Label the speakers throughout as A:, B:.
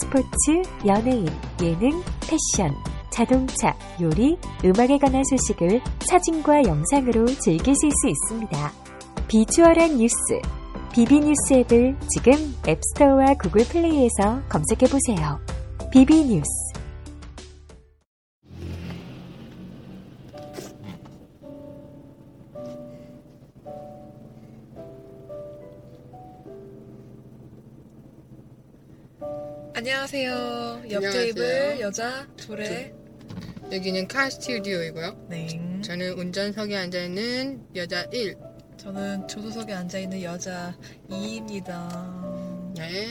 A: 스포츠, 연예인, 예능, 패션, 자동차, 요리, 음악에 관한 소식을 사진과 영상으로 즐기실 수 있습니다. 비주얼한 뉴스, 비비뉴스 앱을 지금 앱스토어와 구글 플레이에서 검색해보세요. 비비뉴스
B: 안녕하세요. 옆
C: 안녕하세요.
B: 테이블 여자 조래.
C: 여기는 카 스튜디오이고요.
B: 네.
C: 저는 운전석에 앉아 있는 여자 1.
B: 저는 조수석에 앉아 있는 여자 2입니다.
C: 네.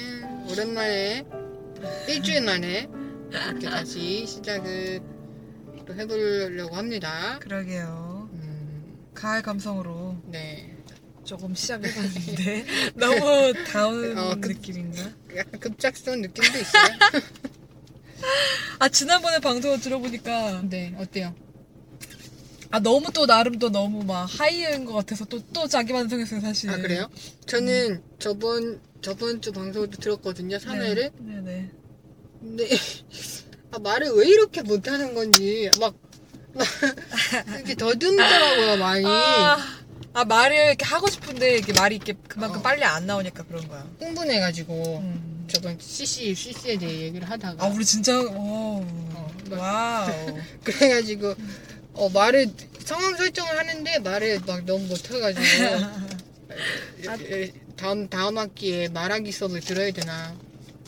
C: 오랜만에 일주일 만에 이렇게 다시 시작을 또 해보려고 합니다.
B: 그러게요.
C: 음,
B: 가을 감성으로
C: 네.
B: 조금 시작해봤는데 너무 다운
C: 어, 그-
B: 느낌인가?
C: 약간 급작스러운 느낌도 있어요.
B: 아 지난번에 방송을 들어보니까
C: 네. 어때요?
B: 아 너무 또 나름 또 너무 막 하이인 것 같아서 또 또 자기 반성했어요 사실.
C: 아, 그래요? 저는 저번, 저번 주 방송도 들었거든요. 3회를.
B: 네네. 네.
C: 근데, 아, 말을 왜 이렇게 못하는 건지. 막, 막 이렇게 더듬더라고요, 많이.
B: 아, 아 말을 이렇게 하고 싶은데 이게 말이 이렇게 그만큼
C: 어.
B: 빨리 안 나오니까 그런 거야.
C: 흥분해가지고.
B: 음.
C: 저번 CC, CC에 대해 얘기를 하다가
B: 아 우리 진짜 오
C: 막-
B: 와우
C: 그래가지고 어, 말을 상황 설정을 하는데 말을 막 너무 못해가지고
B: 아.
C: 이렇게 다음 다음 학기에 말하기 수업을 들어야 되나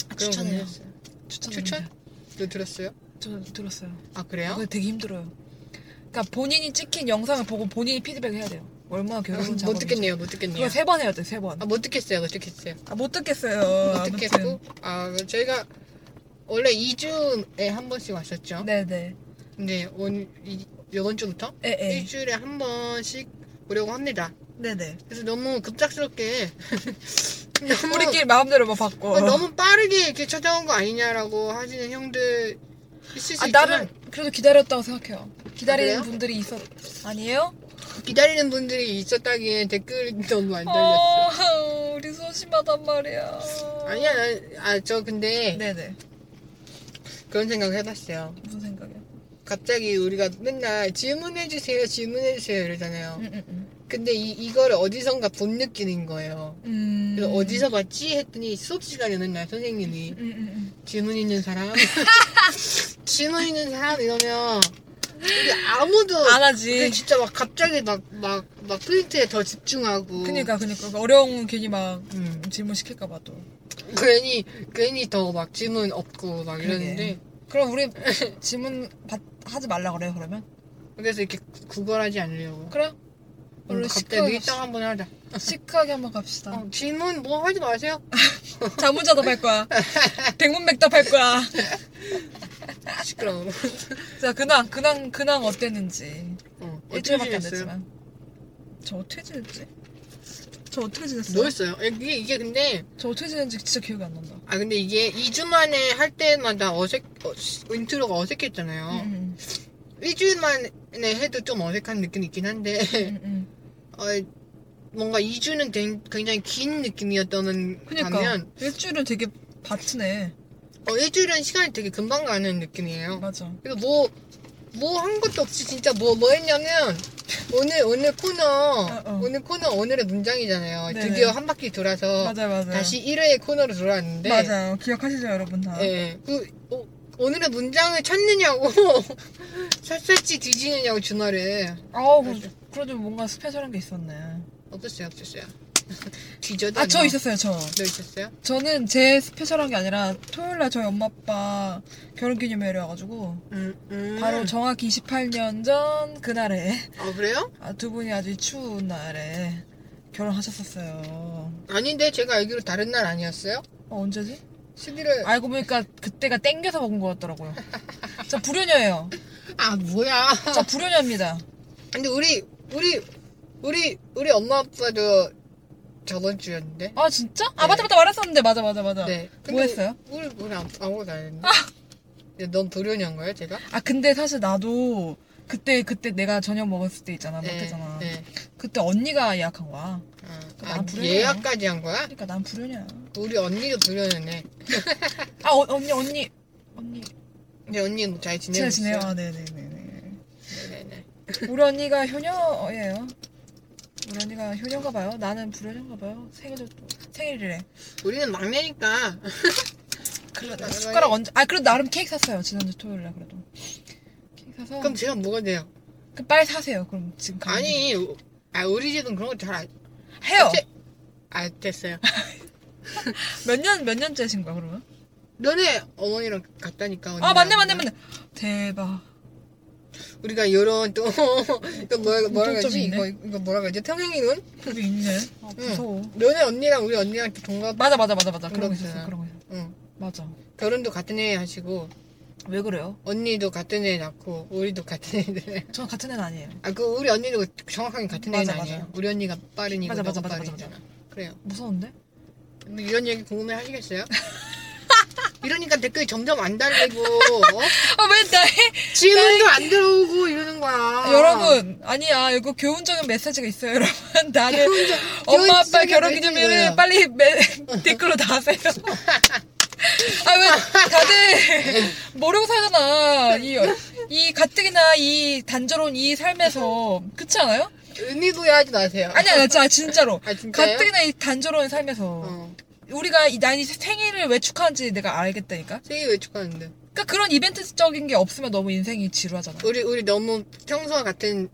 C: 그런
B: 아, 추천해요.
C: 고민을 했어요.
B: 추천
C: 너 들었어요?
B: 저 들었어요.
C: 아 그래요?
B: 그거 되게 힘들어요. 그러니까 본인이 찍힌 영상을 보고 본인이 피드백을 해야 돼요. 얼마나
C: 아,
B: 괴로운 작업인지.
C: 못 듣겠네요, 못
B: 그거
C: 듣겠네요.
B: 세 번 해야 돼, 세 번.
C: 아, 못 듣겠어요, 못 듣겠어요.
B: 아, 못 듣겠어요.
C: 못 듣겠고 아 저희가 원래 2주에 한 번씩 왔었죠.
B: 네네.
C: 근데 온 이, 이번 주부터
B: 에에.
C: 일주일에 한 번씩 오려고 합니다.
B: 네네.
C: 그래서 너무 급작스럽게 너무,
B: 우리끼리 마음대로 뭐 막
C: 어,
B: 바꿔.
C: 너무 빠르게 이렇게 찾아온 거 아니냐라고 하시는 형들 있을 수
B: 아,
C: 있지만
B: 나를 그래도 기다렸다고 생각해요. 기다리는
C: 아, 그래요?
B: 분들이 있었. 아니에요?
C: 기다리는 분들이 있었다기에 댓글이 너무 안 달렸어.
B: 어, 우리 소심하단 말이야.
C: 아니야, 아 저 근데
B: 네네.
C: 그런 생각을 해봤어요.
B: 무슨 생각이야?
C: 갑자기 우리가 맨날 질문해 주세요, 질문해 주세요 이러잖아요.
B: 음, 음, 음.
C: 근데 이 이걸 어디선가 본 느끼는 거예요.
B: 음.
C: 그래서 어디서 봤지 했더니 수업 시간에 맨날 선생님이
B: 음, 음, 음.
C: 질문 있는 사람? 질문 있는 사람 이러면 이게 아무도
B: 음. 안 하지.
C: 그게 진짜 막 갑자기 막 막 막 프린트에 더 집중하고
B: 그니까 그니까 그 어려운 거 괜히 막
C: 음,
B: 질문 시킬까 봐 또.
C: 괜히 괜히 더 막 질문 없고 막 이러는데
B: 그럼 우리 질문 받, 하지 말라 그래요 그러면?
C: 그래서 이렇게 구- 구걸하지 않으려고
B: 그래?
C: 오늘
B: 오늘
C: 음, 갑자기
B: 시크하게,
C: 밀당 한번 하자
B: 갑시다. 시크하게 한번 갑시다.
C: 어, 질문 뭐 하지 마세요
B: 자문자답 할 거야. 백문백답 할 거야.
C: 시끄러워
B: 자 근황 근황 근황 어땠는지
C: 어,
B: 일주일밖에 안
C: 어떻게 지냈어요?
B: 됐지만. 저 어떻게 지냈지? 저 어떻게 지냈어요?
C: 뭐 했어요? 이게 이게 근데
B: 저 어떻게 지냈는지 진짜 기억이 안 난다.
C: 아 근데 이게 2주 만에 할 때마다 어색 어, 시- 인트로가 어색했잖아요
B: 음,
C: 일주일 만에 네, 해도 좀 어색한 느낌이 있긴 한데
B: 음, 음.
C: 어, 뭔가 2주는 굉장히 긴 느낌이었다면
B: 그니까
C: 네. 반면
B: 일주일은 되게 바트네.
C: 어, 일주일은 시간이 되게 금방 가는 느낌이에요
B: 맞아.
C: 그래서 뭐, 뭐 한 것도 없이 진짜 뭐, 뭐 했냐면 오늘, 오늘 코너,
B: 어.
C: 오늘 코너 오늘의 문장이잖아요
B: 네네.
C: 드디어 한 바퀴 돌아서
B: 맞아요 맞아요.
C: 다시 1회 코너로
B: 네.
C: 돌아왔는데
B: 맞아요. 기억하시죠 여러분 다.
C: 예, 그, 오, 오늘의 문장을 찾느냐고 샅샅이 뒤지느냐고 주말에
B: 아우 그- 그래도 뭔가 스페셜한 게 있었네.
C: 없었어요 없었어요 뭐 뒤져도
B: 아
C: 안
B: 저
C: 나와.
B: 있었어요 저.
C: 너 있었어요?
B: 저는 제 스페셜한 게 아니라 토요일 날 저희 엄마 아빠 결혼 기념일이 와가지고
C: 음, 음.
B: 바로 정확히 28년 전 그날에
C: 아 그래요?
B: 아, 두 분이 아주 이 추운 날에 결혼하셨었어요.
C: 아닌데 제가 알기로 다른 날 아니었어요?
B: 어, 언제지?
C: CD를
B: 알고 보니까 그때가 땡겨서 먹은 거였더라고요. 저 불효녀예요.
C: 아 뭐야
B: 저 불효녀입니다.
C: 근데 우리 우리 우리 우리 엄마 아빠도 저번 주였는데
B: 아 진짜? 아
C: 네.
B: 맞다 맞다 말했었는데 맞아 맞아 맞아.
C: 네
B: 뭐 했어요?
C: 우리 우리 아무- 아무것도 안 했는데 근데 넌 불효녀인 거야 제가?
B: 아 근데 사실 나도 그때 그때 내가 저녁 먹었을 때 있잖아 못했잖아.
C: 네.
B: 그때 언니가 예약한 거야.
C: 아,
B: 그럼
C: 아,
B: 난 불효녀야.
C: 예약까지 한 거야?
B: 그러니까 난 불효녀야.
C: 우리 언니도 불효녀네
B: 아 어, 언니 언니 언니
C: 네, 근데 언니는 잘 지내고
B: 잘 지내요.
C: 있어요?
B: 아 네네네네.
C: 네네네
B: 우리 언니가 효녀예요. 우리 언니가 효녀인가 봐요. 나는 불효녀인가 봐요. 생일도 생일이래.
C: 우리는 막내니까
B: 어. 그러다
C: 아,
B: 숟가락 얹어. 아 그래도 나름 케이크 샀어요. 지난주 토요일날 그래도. 케이크 사서.
C: 그럼
B: 그럼
C: 제가 뭐가 돼요?
B: 빨리 사세요. 그럼 지금 가면.
C: 아니
B: 음.
C: 우- 아 우리 집은 그런 거 잘
B: 해요.
C: 그치? 아, 됐어요
B: 몇 년 몇 년째신 거야 그러면?
C: 너네 어머니랑 같다니까
B: 아 맞네 맞네
C: 언니랑.
B: 맞네. 대박.
C: 우리가 이런 또 이거 뭐라 뭐라
B: 공통점이
C: 그러지
B: 있네.
C: 이거 이거 뭐라 그러지 평행이론
B: 그게 있네. 아 무서워.
C: 너네 언니랑 우리 언니랑 또 동갑
B: 맞아 맞아 맞아 맞아. 그런 거
C: 그렇구나.
B: 있었어. 그런 거 있었어.
C: 응.
B: 맞아.
C: 결혼도 같은 애 하시고
B: 왜 그래요?
C: 언니도 같은 애 낳고 우리도 같은 애들
B: 저 같은 애는 아니에요.
C: 아그 우리 언니도 정확하게 같은 애는
B: 맞아,
C: 아니에요
B: 맞아요.
C: 우리 언니가 빠르니까
B: 맞아, 맞아,
C: 너가
B: 맞아,
C: 빠르니까. 그래요
B: 무서운데?
C: 근데 이런 얘기 궁금해 하시겠어요? 이러니까 댓글이 점점 안 달리고 어?
B: 아왜 나의
C: 질문도 안 들어오고 이러는 거야
B: 아. 여러분 아니야 이거 교훈적인 메시지가 있어요 여러분 나는 엄마 아빠
C: 교훈적인
B: 결혼기념일을
C: 메시지예요.
B: 빨리 메, 댓글로 다세요 아 왜 다들 모르고 살잖아 이, 이 가뜩이나 이 단조로운 이 삶에서 그렇지 않아요?
C: 은희도 하지 마세요
B: 아니야 나 진짜 진짜로
C: 아, 진짜요?
B: 가뜩이나 이 단조로운 삶에서
C: 어.
B: 우리가 이, 난 이 생일을 왜 축하하는지 내가 알겠다니까
C: 생일 왜 축하하는데
B: 그러니까 그런 이벤트적인 게 없으면 너무 인생이 지루하잖아
C: 우리 우리 너무 평소와 같은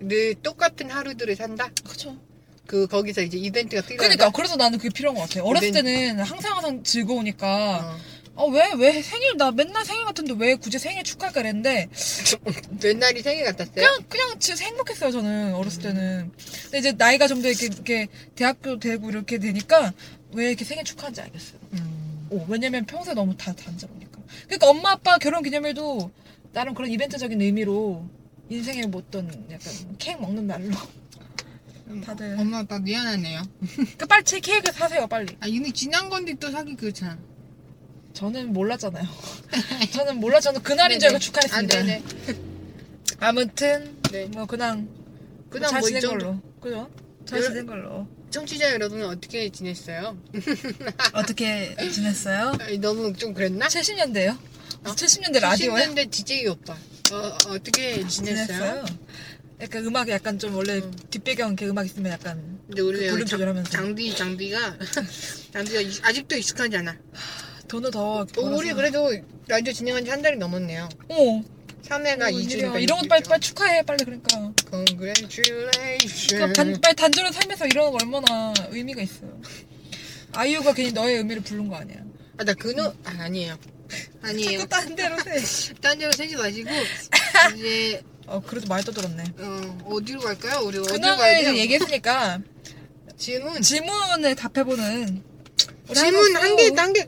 C: 늘 똑같은 하루들을 산다.
B: 그렇죠
C: 그 거기서 이제 이벤트가 필요하다.
B: 그러니까 그래서 나는 그게 필요한 것 같아요. 어렸을
C: 근데-
B: 때는 항상 항상 즐거우니까
C: 어.
B: 어 왜 왜 생일 나 맨날 생일 같은데 왜 굳이 생일 축하할까 그랬는데
C: 옛날이 생일 같았어요.
B: 그냥 그냥 진짜 행복했어요 저는 어렸을 때는. 근데 이제 나이가 좀 더 이렇게, 이렇게 대학교 되고 이렇게 되니까 왜 이렇게 생일 축하하는지 알겠어요.
C: 음.
B: 어, 왜냐면 평소에 너무 다 단절하니까. 그러니까 엄마 아빠 결혼 기념일도 나름 그런 이벤트적인 의미로 인생의 어떤 약간 케이크 먹는 날로 다들
C: 음. 엄마 아빠 미안하네요.
B: 그 빨리 제 케이크 사세요 빨리.
C: 아 이미 지난 건데 또 사기 그렇잖아.
B: 저는 몰랐잖아요. 저는 몰라 저는 그날인 줄 알고 축하했습니다.
C: 아, 네네.
B: 아무튼
C: 네.
B: 뭐 그냥
C: 그다음
B: 잘
C: 뭐
B: 지낸
C: 이정도
B: 걸로. 그죠? 잘
C: 열-
B: 지낸 걸로.
C: 청취자 여러분은 어떻게 지냈어요?
B: 어떻게 지냈어요?
C: 아. 아니, 너무 좀 그랬나?
B: 70년대요?
C: 어?
B: 70년대 라디오에
C: 70년대 DJ 오빠. 어, 어떻게 지냈어요?
B: 약간 음악이 약간 좀 원래
C: 음.
B: 뒷배경 이렇게 음악 있으면 약간
C: 근데 우리
B: 그 볼륨
C: 장-
B: 조절하면서.
C: 장비 장비가 장비가 이- 아직도 익숙하지 않아.
B: 돈을 더
C: 어, 우리 그래도 라디오 진행한 지 한 달이 넘었네요.
B: 어.
C: 3회가 2주니까 네.
B: 이런 것도 빨리 빨리 축하해 빨리 그러니까. 그러니까 단,
C: Congratulations
B: 빨리 단조를 살면서 이러는 거 얼마나 의미가 있어요. 아이유가 괜히 너의 의미를 부른 거 아니야.
C: 아, 나 그노 아, 아니에요 아니에요
B: 자꾸 딴 데로 세.
C: 딴 데로 세지 마시고 이제
B: 어 그래도 많이 떠들었네.
C: 어, 어디로 갈까요? 우리 어디로
B: 근황을
C: 가야
B: 이제
C: 돼요?
B: 얘기했으니까
C: 질문
B: 질문을 답해보는 우리
C: 질문
B: 한번
C: 한개 단계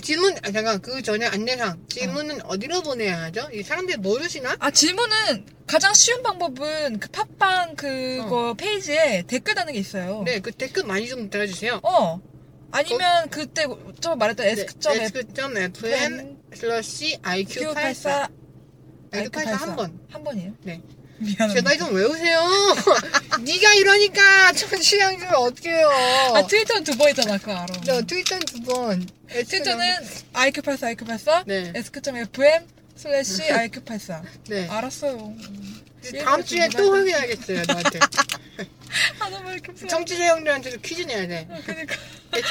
C: 질문 아, 잠깐 그 전에 안내상 질문은 어. 디로 보내야 하죠? 이 사람들이 모르시나?
B: 아 질문은 가장 쉬운 방법은 그 팟빵 그거 페이지에 댓글 다는 게 있어요.
C: 어. 네 그 댓글 많이 좀 달아주세요
B: 어 아니면 그때 저번
C: 네.
B: 말했던 네, 그 에스크점 에
C: 그 에스크.fm 슬러시 IQ84
B: Q84
C: IQ84 한번
B: 한 번이에요.
C: 네. 제
B: 미안합니다.
C: 나이 좀 외우세요. 네가 이러니까 청취량 좀 어떻게 해요.
B: 아 트위터는 두 번이잖아 그거 알아.
C: 네, 트위터는 두 번.
B: 트위터는 IQ84 IQ84
C: 네.
B: 에스크점 FM 슬래시 IQ84
C: 네.
B: 아, 알았어요.
C: 다음 주에 또 확인하겠어요, 너한테.
B: 아 너무 이렇게 부러워.
C: 청취자 형들한테도 퀴즈 내야 돼. 네,
B: 그러니까.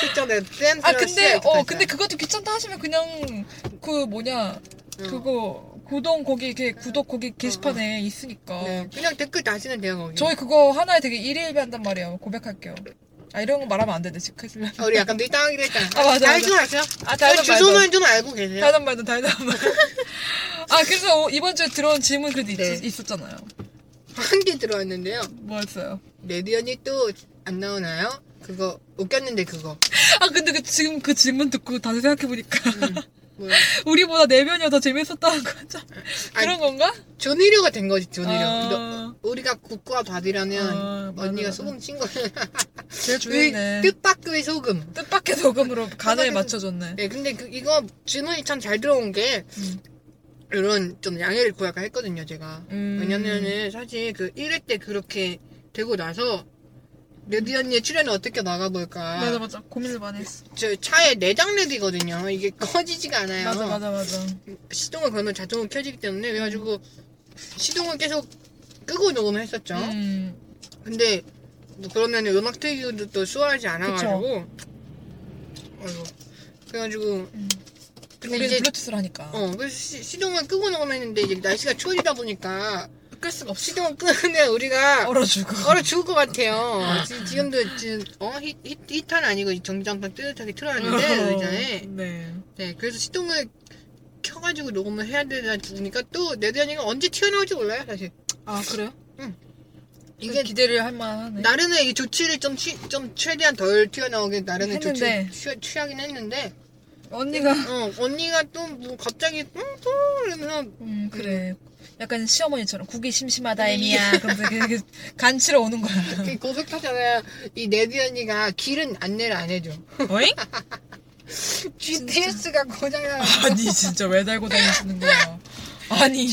C: 트위터 내 쌤.
B: 아 근데 어 근데 그것도 귀찮다 하시면 그냥 그 뭐냐
C: 어.
B: 그거 구독 거기 이렇게 구독 거기 게시판에 있으니까
C: 네, 그냥 댓글 다시는 돼요, 거기.
B: 저희 그거 하나에 되게 일일비한단 말이에요 고백할게요 아 이런 거 말하면 안 되는데 지금
C: 아, 우리 약간 밀당하기로 했잖아.
B: 아, 맞아,
C: 알지 마세요.
B: 아 다이단
C: 저 주소만
B: 말던
C: 좀 알고 계세요.
B: 다이단 말던 다이단 말던 아 그래서 오- 이번 주에 들어온 질문 그래도 있,
C: 네.
B: 있었잖아요
C: 한 개 들어왔는데요.
B: 뭐였어요
C: 레디언이 또 안 나오나요? 그거 웃겼는데 그거
B: 아 근데 그 지금 그 질문 듣고 다시 생각해 보니까
C: 뭐야 아,
B: 우리보다 내면이 더 재밌었다는 거죠?
C: 아니,
B: 그런 건가?
C: 조니료가 된 거지 조니료
B: 아.
C: 너- 우리가 국과 밥이라면
B: 아, 맞아,
C: 언니가
B: 맞아.
C: 소금 친 거야
B: 제일
C: 왜
B: 중요했네.
C: 뜻밖의 소금
B: 뜻밖의 소금으로 간을
C: 뜻밖의
B: 맞춰줬네.
C: 네, 근데 그, 이거 질문이 참 잘 들어온 게
B: 음.
C: 이런 좀 양해를 구할까 했거든요 제가
B: 음.
C: 왜냐면은 사실 그 1회 때 그렇게 되고 나서 레디 언니의 출연이 어떻게 나가볼까
B: 맞아 맞아 고민을 많이 했어.
C: 저 차에 내장 레디거든요 이게 꺼지지가 않아요
B: 맞아 맞아 맞아.
C: 시동을 걸면 자동으로 켜지기 때문에 그래가지고 시동을 계속 끄고 녹음을 했었죠
B: 음.
C: 근데 뭐 그러면 음악 트이기도 또 수월하지 않아가지고 아이고 그래가지고
B: 음.
C: 근데
B: 우리는
C: 이제
B: 블루투스를 하니까
C: 어 그래서 시, 시동을 끄고 녹음했는데 이제 날씨가 추워지다 보니까
B: 끌 수가 없어.
C: 시동을 끄면 우리가
B: 얼어 죽어.
C: 얼어 죽을 것 같아요 지, 지금도 지금 어 히, 히, 히터는 아니고 정장판 뜨뜻하게 틀어놨는데 의자에
B: 네.
C: 네 그래서 시동을 켜가지고 녹음을 해야 되다 보니까 또 내대현이가 언제 튀어나올지 몰라요 사실
B: 아 그래요?
C: 이게
B: 이게 기대를 할 만하네.
C: 나름의 이 조치를 좀, 취, 좀 최대한 덜 튀어나오게 나름의
B: 했는데.
C: 조치를 취, 취하긴 했는데
B: 언니가
C: 어, 언니가 또 뭐 갑자기 응, 또 이러면서
B: 음 그래. 약간 시어머니처럼 국이
C: 네.
B: 심심하다 애미야. 그러면서 이렇게 간치러 오는 거야.
C: 그 고백하잖아요 이 네디 언니가 길은 안내를 안 해줘
B: 어잉?
C: GPS가 고장나
B: 아니 진짜 왜 달고 다니시는 거야? 아니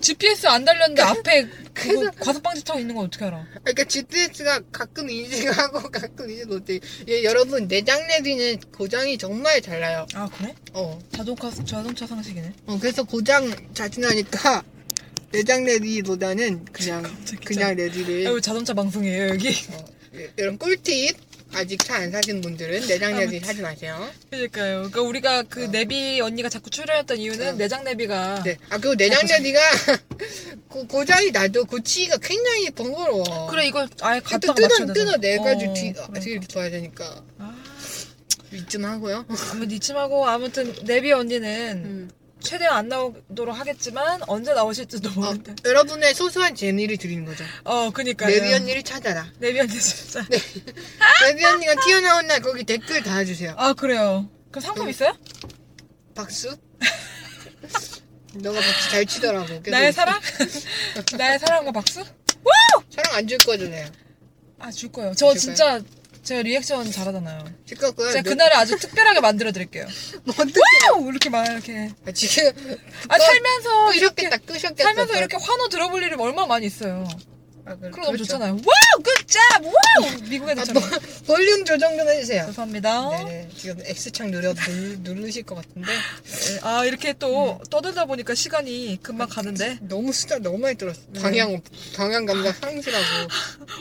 B: GPS 안 달렸는데
C: 그-
B: 앞에 그거 과속방지 타고 있는 건 어떻게 알아?
C: 그러니까 GPS가 가끔 인식하고 가끔 인식 못해 예, 여러분 내장 레디는 고장이 정말 잘 나요
B: 아 그래?
C: 어,
B: 자동차 자동차 상식이네.
C: 어 그래서 고장 자주 나니까 내장 레디보다는 그냥
B: 갑자기
C: 그냥
B: 아,
C: 레디를
B: 왜 자동차 방송이에요 여기?
C: 어, 예, 이런 꿀팁 아직 차 안 사신 분들은 내장 레디 사지 마세요
B: 그러니까요. 그러니까 우리가 그 내비 언니가 자꾸 출연했던 이유는
C: 어.
B: 내장 내비가
C: 아. 네. 아, 그리고 내장자리가 고, 고장이 나도 그 고치기가 굉장히 번거로워.
B: 어, 그래 이걸 아예
C: 또
B: 갖다가 맞춰야
C: 뜯어,
B: 되잖아.
C: 뜯어 네 내가지고 뒤,
B: 어,
C: 뒤
B: 그래.
C: 이렇게 둬야 되니까.
B: 아,
C: 이쯤 하고요.
B: 아무 잊지 말고 아무튼 내비 언니는
C: 음.
B: 최대한 안 나오도록 하겠지만 언제 나오실지도
C: 어,
B: 모른다.
C: 여러분의 소소한 재미를 드리는 거죠.
B: 어, 그니까요.
C: 레비 언니를 네. 찾아라.
B: 내비 언니 진짜.
C: 레비 언니가 튀어나온 날 거기 댓글 달아주세요.
B: 아 그래요. 그럼 상품
C: 음.
B: 있어요?
C: 박수. 너가 박수 잘 치더라고. 계속
B: 나의 사랑? 나의 사랑과 박수?
C: 사랑 안 줄 거잖아요.
B: 아 줄 거예요. 저
C: 줄 네.
B: 진짜 제가 리액션 잘하잖아요.
C: 줄 거고요. 뭐
B: 제가 그날을 아주 특별하게 만들어 드릴게요.
C: 네. 어떻게
B: 와우! 이렇게 막 이렇게.
C: 지금
B: 아 살면서
C: 끄셨겠다.
B: 이렇게
C: 끄셨겠다.
B: 살면서 이렇게 환호 들어볼 일이 얼마나 많이 있어요.
C: 아, 그-
B: 그럼 너무
C: 그렇죠.
B: 좋잖아요. 와우! 굿잡! 와우! 미국에도
C: 아,
B: 참.
C: 뭐, 볼륨 조정 좀 해주세요.
B: 죄송합니다.
C: 네, 지금 X창 누려 누, 누르실 것 같은데
B: 네, 아 이렇게 또
C: 음.
B: 떠들다 보니까 시간이 금방
C: 아,
B: 가는데 네. 아.
C: 너무 수다 너무 많이 들었어. 방향 방향 감각 상실하고.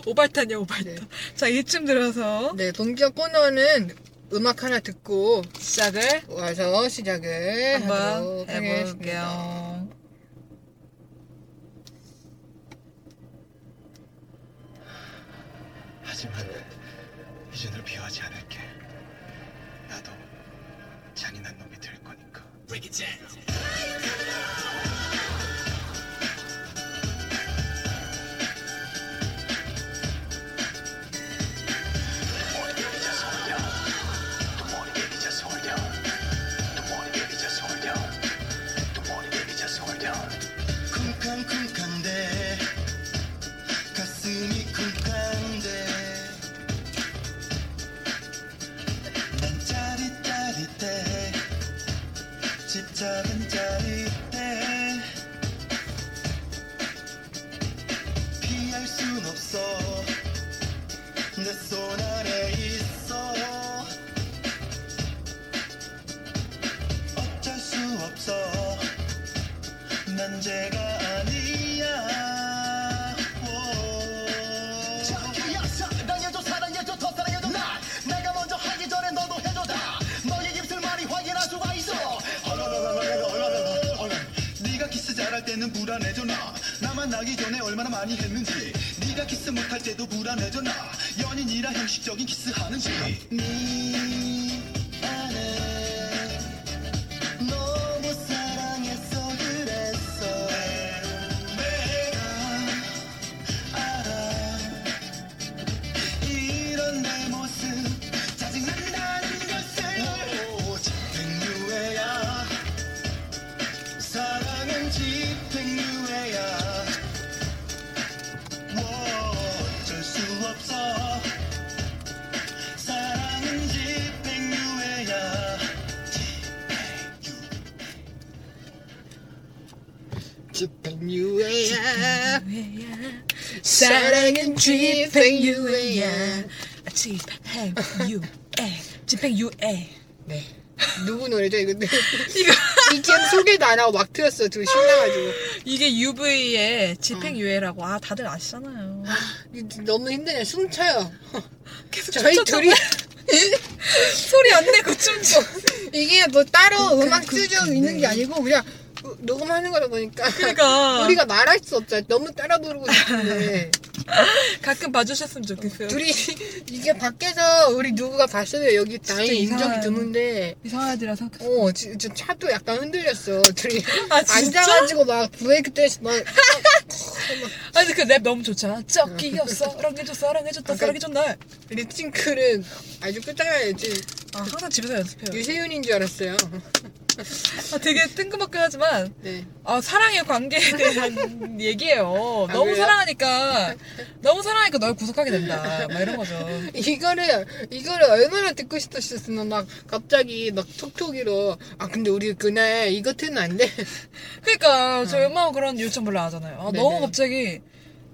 B: 오발탄이야 오발탄. 자 이쯤 들어서
C: 네, 동기업 코너는 음악 하나 듣고
B: 시작을
C: 와서 시작을
B: 한번
C: 하도록 하겠습니다.
B: 해볼게요.
D: 하지만 이제 널 비호하지 않을게. 나도 잔인한 놈이 될 거니까.
E: 쿵쾅쿵쾅대 가슴이 쿵쾅대 난 짜릿짜릿해 집착은 짜릿해 피할 순 없어 내 손 안에 있어 어쩔 수 없어 난 죄가 아니야 오. 착해 약속 당해줘 사랑해줘 더 사랑해줘 나 내가 먼저 하기 전에 너도 해줘다 너의 입술 말이 확인할 수가 있어 얼얼얼얼얼얼얼얼얼 네가 키스 잘할 때는 불안해져 나 나만 나기 전에 얼마나 많이 했는지 네가 키스 못할 때도 불안해져 나 연인이라 형식적인 키스하는지 네 안에 너무 사랑했어 그랬어 내가 알아 이런 내 모습 뭐
C: 집행 유해야
B: 사랑은 집행 유예야. 집행 유예. 집행 유예.
C: 네 누구 노래죠 이거 BGM 소개도 안 하고 막 틀었어 둘 신나가지고
B: 이게 UV의
C: 어.
B: 집행 유예라고. 아 다들 아시잖아요.
C: 너무 힘드네 숨차요
B: 계속
C: 저희
B: 춤췄다고.
C: 둘이 어,
B: 소리 안 내고 춤춰.
C: 이게 뭐 따로 음악 쓰죠 있는 게 아니고 그냥 어, 녹음하는 거다 보니까
B: 그러니까
C: 우리가 말할 수 없잖아 너무 따라 부르고 싶은데
B: 가끔 봐주셨으면 좋겠어요.
C: 네. 둘이 이게 밖에서 우리 누구가 봤어요 여기 나이 인정이
B: 이상한.
C: 드문데
B: 이상한 애들이라 생각해.
C: 어 진짜 차도 약간 흔들렸어 둘이
B: 아 진짜?
C: 앉아가지고 막 브레이크 댄스 막
B: 아니 그 랩 너무 좋잖아.
C: 어.
B: 쩍기여 사랑해줘 사랑해줬다 사랑해준 날.
C: 립싱크는 아주 끝장나야지
B: 아 항상 집에서 연습해요.
C: 유세윤인 줄 알았어요
B: 아, 되게 뜬금없긴 하지만
C: 네
B: 아, 사랑의 관계에 대한 얘기예요. 너무
C: 아, 그래요?
B: 사랑하니까 너무 사랑하니까 널 구속하게 된다. 막 이런 거죠.
C: 이거를 이거를 얼마나 듣고 싶었으면 막 갑자기 막 톡톡이로 아 근데 우리 그날 이것은 안돼
B: 그러니까 저 웬만하면 그런 요청 별로 안 하잖아요. 아,
C: 어. 네네.
B: 너무 갑자기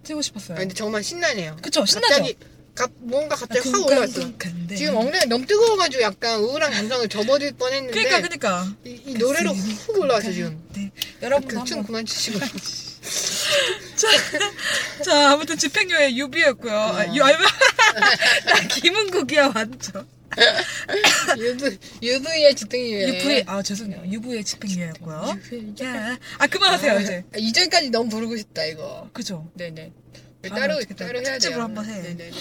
B: 튀고 싶었어요.
C: 아, 근데 정말 어, 신나네요
B: 그쵸 신나죠. 아,
C: 갑자기 갑, 뭔가 갑자기 확 올라왔어
B: 쿵쾅쿵쾅대.
C: 지금 엉덩이 너무 뜨거워가지고 약간 우울한 감성을 접어들 뻔했는데
B: 그러니까 그러니까
C: 이, 이 노래로 훅 올라왔어 지금
B: 네. 여러분도
C: 그러니까. 그춤
B: 한번
C: 그만 추시고
B: 자, 아무튼 집행유예 유비였고요. 아, 유, 아니, 나 김은국이야, 완전.
C: UV, UV의 어? 집행유예
B: UV, 아, 죄송해요. UV의 집행유예였고요. 야. 아, 그만하세요, 이제.
C: 아, 이 절까지 너무 부르고 싶다 이거
B: 그죠?
C: 네네
B: 아,
C: 따로
B: 어떻게
C: 따로 해야 돼요
B: 특집으로 한번 해. 어,
C: 네네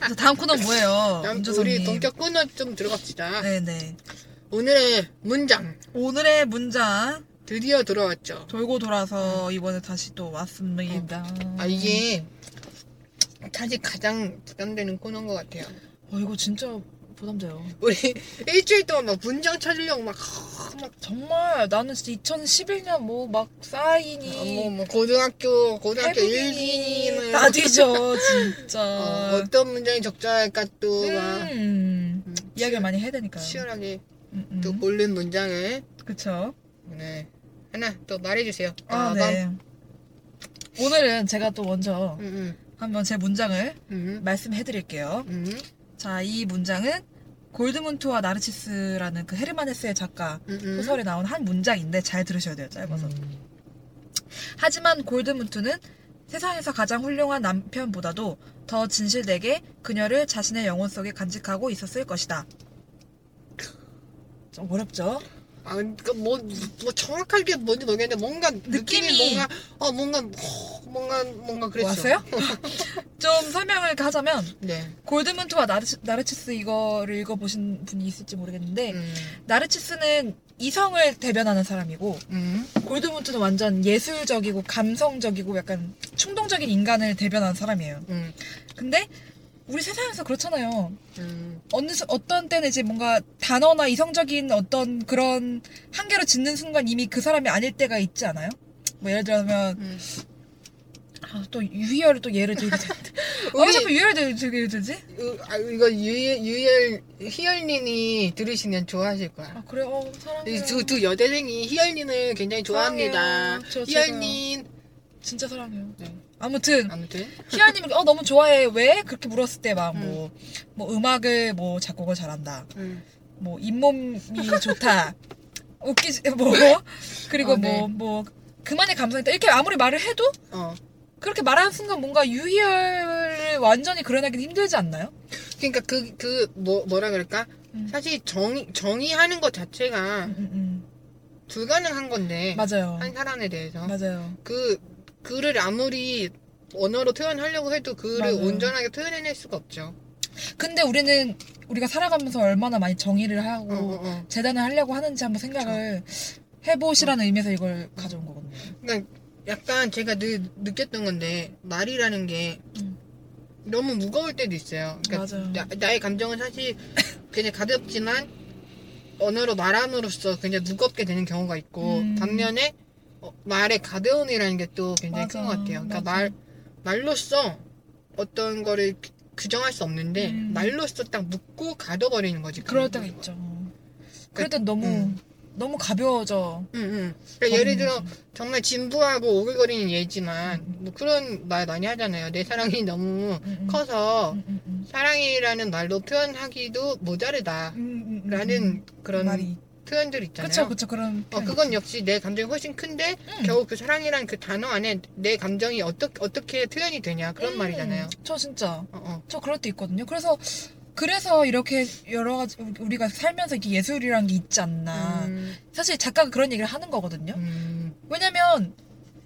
B: 그래서 다음 코너 뭐예요?
C: 다음 우리
B: 윤조선님.
C: 본격 코너 좀 들어갑시다
B: 네네.
C: 오늘의 문장
B: 오늘의 문장,
C: 드디어 돌아왔죠.
B: 돌고 돌아서 이번에 다시 또 왔습니다.
C: 아 이게 사실 가장 부담되는 코너인 것 같아요.
B: 어, 이거 진짜 부담돼요.
C: 우리 일주일 동안 막 문장 찾으려고 막, 허, 막
B: 정말 나는 진짜 2011년 뭐 막
C: 어, 뭐,
B: 싸이니,
C: 뭐 고등학교 고등학교
B: 태국인이
C: 일기니
B: 다 뒤져,
C: 어,
B: 진짜.
C: 어떤 문장이 적절할까 또 막
B: 음,
C: 음,
B: 이야기를
C: 치열-
B: 많이 해야 되니까요.
C: 치열하게
B: 음, 음.
C: 또 뭐. 고른 문장을
B: 그쵸.
C: 네 하나 또 말해주세요.
B: 아, 네. 오늘은 제가 또 먼저
C: 응응
B: 한번 제 문장을
C: 응.
B: 말씀해 드릴게요.
C: 응.
B: 자, 이 문장은 골드문트와 나르치스라는 그 헤르만헤스의 작가
C: 응.
B: 그 소설에 나온 한 문장인데 잘 들으셔야 돼요, 짧아서. 하지만 골드문트는 세상에서 가장 훌륭한 남편보다도 더 진실되게 그녀를 자신의 영혼 속에 간직하고 있었을 것이다. 좀 어렵죠?
C: 아, 그니까 뭐, 뭐 정확하게 뭔지 모르겠는데 뭔가 느낌이,
B: 느낌이-
C: 뭔가 어 뭔가 허, 뭔가 뭔가 그랬어.
B: 왔어요? 좀 설명을 하자면
C: 네.
B: 골드문트와 나르치, 나르치스 이거를 읽어보신 분이 있을지 모르겠는데
C: 음.
B: 나르치스는 이성을 대변하는 사람이고
C: 음.
B: 골드문트는 완전 예술적이고 감성적이고 약간 충동적인 인간을 대변하는 사람이에요.
C: 음.
B: 근데 우리 세상에서 그렇잖아요.
C: 음.
B: 어느 수- 어떤 때는 이제 뭔가 단어나 이성적인 어떤 그런 한계로 짓는 순간 이미 그 사람이 아닐 때가 있지 않아요? 뭐 예를 들면
C: 음.
B: 아, 또 유희열을 또 예를 들게 되는데 아, 왜
C: 우리
B: 자꾸 유희열을 들- 들게 되지?
C: 으, 아, 이거 유예 유열 희열님이 들으시면 좋아하실
B: 아
C: 거야.
B: 그래 어 사랑해요.
C: 두, 두 여대생이 희열님을 굉장히 좋아합니다.
B: 사랑해요. 저
C: 희열님
B: 진짜 사랑해요.
C: 네.
B: 아무튼
C: 아무튼
B: 희아님이 어 너무 좋아해 왜 그렇게 물었을 때 막 뭐 뭐 음악을 뭐 작곡을 잘한다
C: 음.
B: 뭐 잇몸이 좋다 웃기지 뭐 그리고
C: 아,
B: 뭐
C: 네.
B: 뭐 그만의 감성이 있다 이렇게 아무리 말을 해도
C: 어
B: 그렇게 말하는 순간 뭔가 유희열을 완전히 그려내긴 힘들지 않나요?
C: 그러니까 그 그 뭐 뭐라 그럴까
B: 음.
C: 사실 정 정의하는 것 자체가
B: 음, 음,
C: 불가능한
B: 음.
C: 건데
B: 맞아요
C: 한 사람에 대해서
B: 맞아요
C: 그 글을 아무리 언어로 표현하려고 해도 글을
B: 맞아요.
C: 온전하게 표현해낼 수가 없죠.
B: 근데 우리는 우리가 살아가면서 얼마나 많이 정의를 하고
C: 어, 어, 어.
B: 재단을 하려고 하는지 한번 생각을 해보시라는 의미에서 이걸 가져온 거거든요
C: 그러니까 약간 제가 늘 느꼈던 건데 말이라는 게
B: 음.
C: 너무 무거울 때도 있어요. 그러니까
B: 맞아요
C: 나, 나의 감정은 사실 굉장히 가볍지만 언어로 말함으로써 굉장히 무겁게 되는 경우가 있고
B: 음.
C: 반면에 어, 말의 가벼움이라는 게 또 굉장히 큰
B: 맞아,
C: 것 같아요. 그러니까
B: 맞아.
C: 말 말로써 어떤 거를 규- 규정할 수 없는데
B: 음.
C: 말로써 딱 묻고 가둬버리는 거지.
B: 그럴
C: 그런
B: 때가
C: 거를.
B: 있죠. 그럴 땐 너무
C: 음.
B: 너무 가벼워져.
C: 응, 응. 그러니까 예를 들어 정말 진부하고 오글거리는 예지만 뭐 그런 말 많이 하잖아요. 내 사랑이 너무
B: 음, 음.
C: 커서
B: 음, 음, 음.
C: 사랑이라는 말로 표현하기도 모자르다라는
B: 음, 음, 음, 음.
C: 그런
B: 말이
C: 표현들
B: 그쵸
C: 있잖아요.
B: 죠 그쵸 그런
C: 어,
B: 표현이.
C: 그건 역시 내 감정이 훨씬 큰데
B: 음.
C: 겨우 그 사랑이란 그 단어 안에 내 감정이 어떻게 어떻게 표현이 되냐 그런
B: 음.
C: 말이잖아요.
B: 저 진짜
C: 어, 어.
B: 저 그럴 때 있거든요. 그래서 그래서 이렇게 여러 가지 우리가 살면서 이렇게 예술이란 게 있지 않나.
C: 음,
B: 사실 작가가 그런 얘기를 하는 거거든요.
C: 음,
B: 왜냐면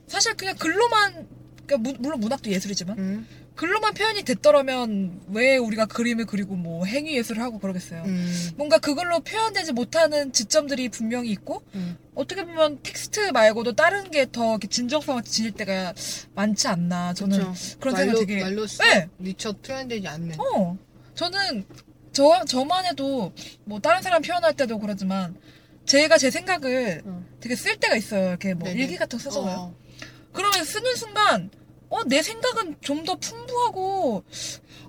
B: 사실 그냥 글로만 그러니까 무- 물론 문학도 예술이지만
C: 음,
B: 글로만 표현이 됐더라면 왜 우리가 그림을 그리고 뭐 행위 예술을 하고 그러겠어요.
C: 음,
B: 뭔가 그걸로 표현되지 못하는 지점들이 분명히 있고
C: 음.
B: 어떻게 보면 텍스트 말고도 다른 게 더 진정성을 지닐 때가 많지 않나 저는
C: 그쵸.
B: 그런 생각
C: 말로
B: 되게
C: 말로
B: 네.
C: 미처 표현되지 않는.
B: 어 저는 저 저만 해도 뭐 다른 사람 표현할 때도 그러지만 제가 제 생각을
C: 어.
B: 되게 쓸 때가 있어요 이렇게 뭐
C: 네네.
B: 일기 같은 거 쓰잖아요
C: 어,
B: 그러면 쓰는 순간 어 내 생각은 좀 더 풍부하고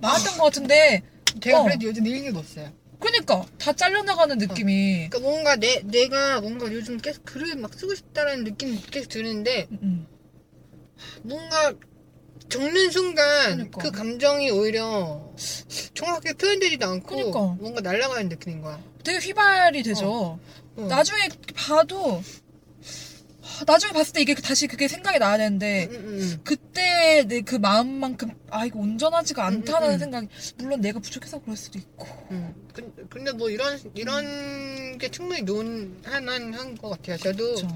C: 아.
B: 나왔던 것 같은데
C: 제가
B: 어.
C: 그래도 요즘 일기 못 써요.
B: 그러니까 다 잘려나가는 느낌이
C: 그러니까 뭔가 내 내가 뭔가 요즘 계속 글을 막 쓰고 싶다라는 느낌이 계속 드는데
B: 음,
C: 뭔가 적는 순간
B: 그러니까.
C: 그 감정이 오히려 정확하게 표현되지도 않고
B: 그러니까.
C: 뭔가 날아가는 느낌인 거야.
B: 되게 휘발이 되죠
C: 어.
B: 나중에 봐도 하, 나중에 봤을 때 이게 다시 그게 생각이 나야 되는데
C: 응, 응, 응.
B: 그때 내 그 마음만큼 아 이거 온전하지가 않다는
C: 음, 음.
B: 생각이 물론 내가 부족해서 그럴 수도 있고
C: 음. 근- 근데 뭐 이런 이런 게 충분히 논한한 것 같아요. 저도
B: 그쵸.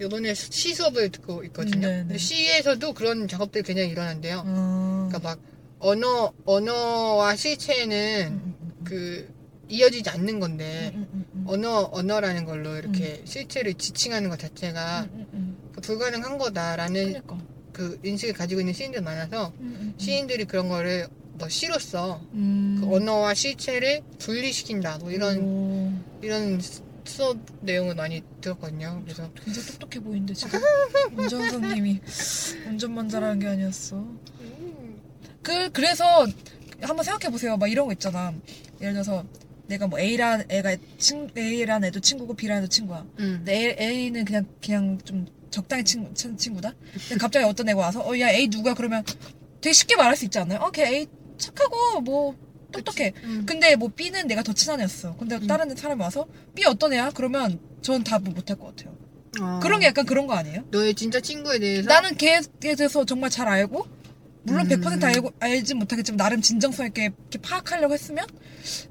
C: 이번에 시 수업을 듣고 있거든요.
B: 음, 네, 네.
C: 근데 시에서도 그런 작업들이 굉장히 일어난대요.
B: 음.
C: 그러니까 막 언어 언어와 실체는
B: 음, 음, 음.
C: 그 이어지지 않는 건데
B: 음, 음, 음, 음.
C: 언어 언어라는 걸로 이렇게 실체를 지칭하는 것 자체가
B: 음, 음, 음.
C: 그 불가능한 거다라는
B: 그러니까 음,
C: 그 인식을 가지고 있는 시인들 많아서
B: 음, 음.
C: 시인들이 그런 거를 뭐 시로써
B: 음.
C: 그 언어와 실체를 분리시킨다 뭐 이런
B: 오,
C: 이런 수- 수업 내용을 많이 들었거든요. 그래서
B: 굉장히 똑똑해 보이는데 지금 운전 선생님이 운전만 잘하는 게 아니었어 그 그래서 한번 생각해 보세요. 막 이런 거 있잖아. 예를 들어서 내가 뭐 A란 애가 친 A란 애도 친구고 B란 애도 친구야.
C: 음.
B: 근데 A, A는 그냥 그냥 좀 적당히 친구 친, 친구다. 근데 갑자기 어떤 애가 와서 어 야 A 누가 그러면 되게 쉽게 말할 수 있지 않아요? 어걔 A 착하고 뭐 똑똑해.
C: 음.
B: 근데 뭐 B는 내가 더 친한 애였어. 근데
C: 음.
B: 다른 사람이 와서 B 어떤 애야? 그러면 전 답을 못 할 것 같아요. 그런 게 약간 그런 거 아니에요?
C: 너의 진짜 친구에 대해서
B: 나는 걔에 대해서 정말 잘 알고 물론
C: 음.
B: 100% 알고 알지 못하겠지만 나름 진정성 있게 이렇게 파악하려고 했으면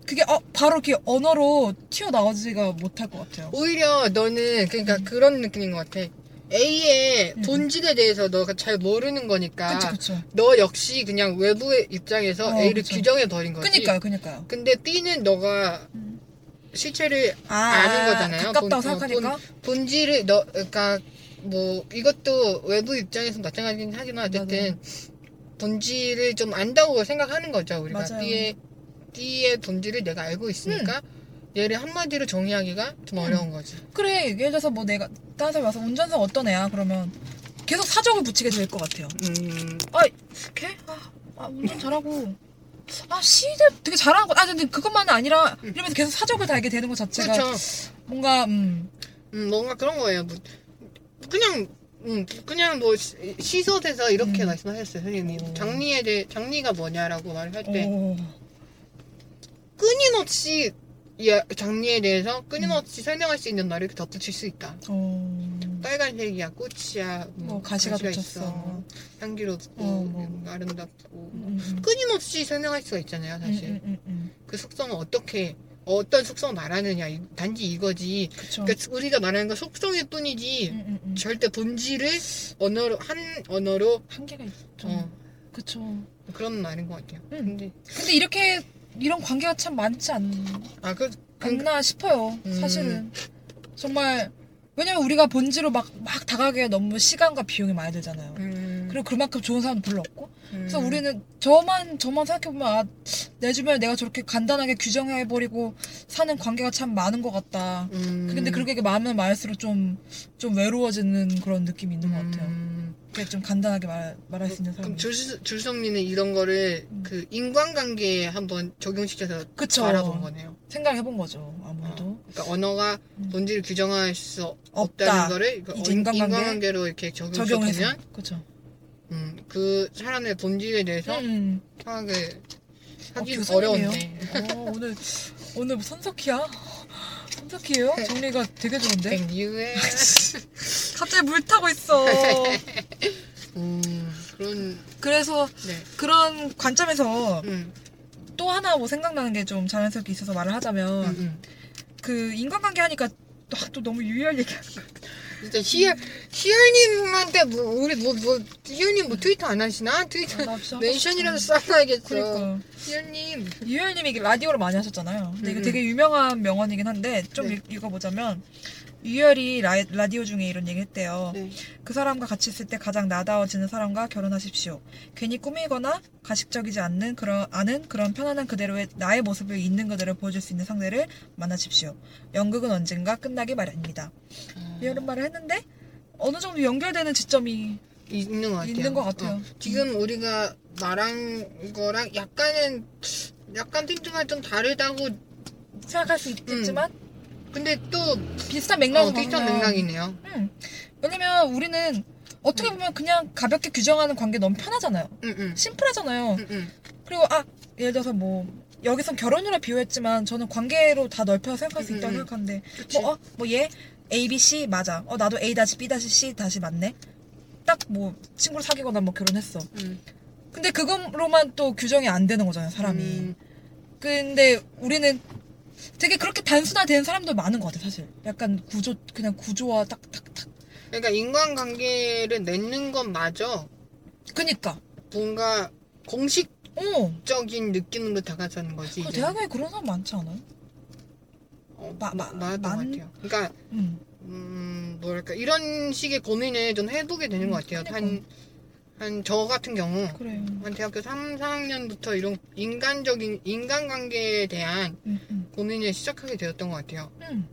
B: 그게 어, 바로 이렇게 언어로 튀어나오지가 못할 것 같아요.
C: 오히려 너는 그러니까
B: 음.
C: 그런 느낌인 것 같아. A의
B: 음.
C: 본질에 대해서 너가 잘 모르는 거니까
B: 그쵸 그쵸.
C: 너 역시 그냥 외부의 입장에서
B: 어,
C: A를
B: 그쵸.
C: 규정해 버린 거지.
B: 그니까요 그니까요.
C: 근데 B는 너가
B: 음.
C: 실체를
B: 아,
C: 아는 거잖아요. 본-
B: 가깝다고
C: 어,
B: 생각하니까.
C: 본질을 너 그러니까 뭐 이것도 외부 입장에서 마찬가지긴 하지만 어쨌든 본질을 좀 안다고 생각하는 거죠. 우리가
B: 맞아요.
C: B의 B의 본질을 내가 알고 있으니까 얘를 한마디로 정의하기가 좀
B: 음.
C: 어려운 거지.
B: 그래 예를 들어서 뭐 내가 다른 사람이 와서 운전석 어떤 애야 그러면 계속 사정을 붙이게 될 것 같아요.
C: 음.
B: 걔? 아, 아 운전 잘하고 아 시대 되게 잘하는 거. 아 근데 그것만은 아니라 이러면서 계속 사정을 달게 되는 것 자체가
C: 그렇죠.
B: 뭔가 음.
C: 음, 뭔가 그런 거예요. 뭐, 그냥, 음, 그냥 뭐, 시- 시솥에서 이렇게
B: 음.
C: 말씀하셨어요, 선생님.
B: 오.
C: 장리에 대해, 장리가 뭐냐라고 말을 할 때,
B: 오.
C: 끊임없이, 예, 장리에 대해서 끊임없이
B: 음.
C: 설명할 수 있는 말을 이렇게 덧붙일 수 있다.
B: 어.
C: 빨간색이야, 꽃이야, 뭐,
B: 뭐 가시가
C: 있어, 뭐
B: 붙였어.
C: 향기롭고,
B: 어, 뭐.
C: 음, 아름답고.
B: 음,
C: 끊임없이 설명할 수가 있잖아요, 사실.
B: 음, 음, 음.
C: 그 숙성을 어떻게, 어떤 숙성을 말하느냐, 이- 단지 이거지.
B: 그쵸.
C: 그러니까 우리가 말하는 건 속성일 뿐이지,
B: 음, 음, 음.
C: 절대 본질을 언어로 한 언어로
B: 한계가 있죠.
C: 어,
B: 그쵸.
C: 그런 말인 것 같아요. 근데
B: 음. 근데 이렇게 이런 관계가 참 많지 않,
C: 아그
B: 않나 싶어요.
C: 음.
B: 사실은 정말 왜냐면 우리가 본질로 막 막 다가게 너무 시간과 비용이 많이 들잖아요.
C: 음,
B: 그리고 그만큼 좋은 사람도 별로 없고. 그래서
C: 음.
B: 우리는 저만 저만 생각해 보면 아, 내 주변에 내가 저렇게 간단하게 규정해 버리고 사는 관계가 참 많은 것 같다.
C: 음,
B: 근데 그렇게 마음을 말할수록 좀, 좀 외로워지는 그런 느낌이 있는 것 같아요.
C: 음.
B: 그게 좀 간단하게 말, 말할 수 있는 사람.
C: 그럼 줄, 줄성리는 이런 거를
B: 음.
C: 그 인간관계에 한번 적용시켜서
B: 그쵸.
C: 알아본 거네요.
B: 생각해본 거죠. 아무래도. 아무래도
C: 그러니까 언어가
B: 음.
C: 본질을 규정할 수
B: 없다.
C: 없다는 거를 그
B: 이제
C: 언-
B: 인간관계?
C: 인간관계로 이렇게 적용시키면
B: 적용해서 그렇죠.
C: 음, 그 사람의 본질에 대해서
B: 음. 어,
C: 파악을 어? 하기
B: 교수님이에요?
C: 어려운데
B: 어, 오늘 오늘 뭐 선석희야? 선석희예요? 정리가 되게 좋은데.
C: And you have-
B: 갑자기 물 타고 있어.
C: 음, 그런
B: 그래서
C: 네.
B: 그런 관점에서
C: 음,
B: 또 하나 뭐 생각나는 게 좀 자연스럽게 있어서 말을 하자면
C: 음, 음.
B: 그 인간관계 하니까 또, 아, 또 너무 유희열 얘기하는 거
C: 진짜 희열 희열님한테 뭐 우리 뭐뭐 희열님 뭐 트위터 안 하시나 트위터
B: 나 진짜 하고
C: 멘션이라도
B: 싶어.
C: 쌓아야겠어.
B: 아, 그러니까
C: 희열님
B: 유희열님이 라디오를 많이 하셨잖아요. 근데 이게
C: 음.
B: 되게 유명한 명언이긴 한데 좀
C: 네.
B: 읽- 읽어보자면 유희열이 라, 라디오 중에 이런 얘기했대요.
C: 네.
B: 그 사람과 같이 있을 때 가장 나다워지는 사람과 결혼하십시오. 괜히 꾸미거나 가식적이지 않는 그런 아는 그런 편안한 그대로의 나의 모습을 있는 그대로 보여줄 수 있는 상대를 만나십시오. 연극은 언젠가 끝나기 마련입니다.
C: 음.
B: 이런 말을 했는데 어느 정도 연결되는 지점이
C: 있는 것 같아요.
B: 있는 것 같아요.
C: 어, 지금 우리가 말한 거랑 약간은 약간 틴트가 좀 다르다고
B: 생각할 수 있겠지만
C: 근데 또
B: 비슷한
C: 음. 어,
B: 맥락으로
C: 비슷한
B: 가면
C: 맥락이네요.
B: 음. 왜냐면 우리는 어떻게 보면 그냥 가볍게 규정하는 관계 너무 편하잖아요.
C: 응, 응.
B: 심플하잖아요.
C: 응, 응.
B: 그리고 아 예를 들어서 뭐 여기선 결혼이라 비유했지만 저는 관계로 다 넓혀 생각할 수
C: 음,
B: 있다고
C: 음, 음.
B: 생각하는데
C: 그치.
B: 뭐 어 뭐 얘 A B C 맞아. 어 나도 A 다시 B 다시 C 다시 맞네. 딱 뭐 친구를 사귀거나 뭐 결혼했어.
C: 음.
B: 근데 그거로만 또 규정이 안 되는 거잖아요 사람이.
C: 음.
B: 근데 우리는 되게 그렇게 단순화된 사람도 많은 것 같아 사실. 약간 구조 그냥 구조화 딱딱딱.
C: 그러니까 인간관계를 맺는 건 맞아.
B: 그니까.
C: 뭔가 공식적인
B: 어.
C: 느낌으로 다가서는 거지.
B: 그
C: 이제.
B: 대학에 그런 사람 많지 않아요?
C: 어,
B: 마- 마-
C: 맞았던
B: 만-
C: 것 같아요. 그러니까
B: 음.
C: 음, 뭐랄까 이런 식의 고민을 좀 해보게 되는
B: 음,
C: 것 같아요.
B: 그러니까.
C: 한 한 저 같은 경우
B: 그래요.
C: 한 대학교 3, 4학년부터 이런 인간적인 인간관계에 대한
B: 음, 음.
C: 고민을 시작하게 되었던 것 같아요.
B: 음.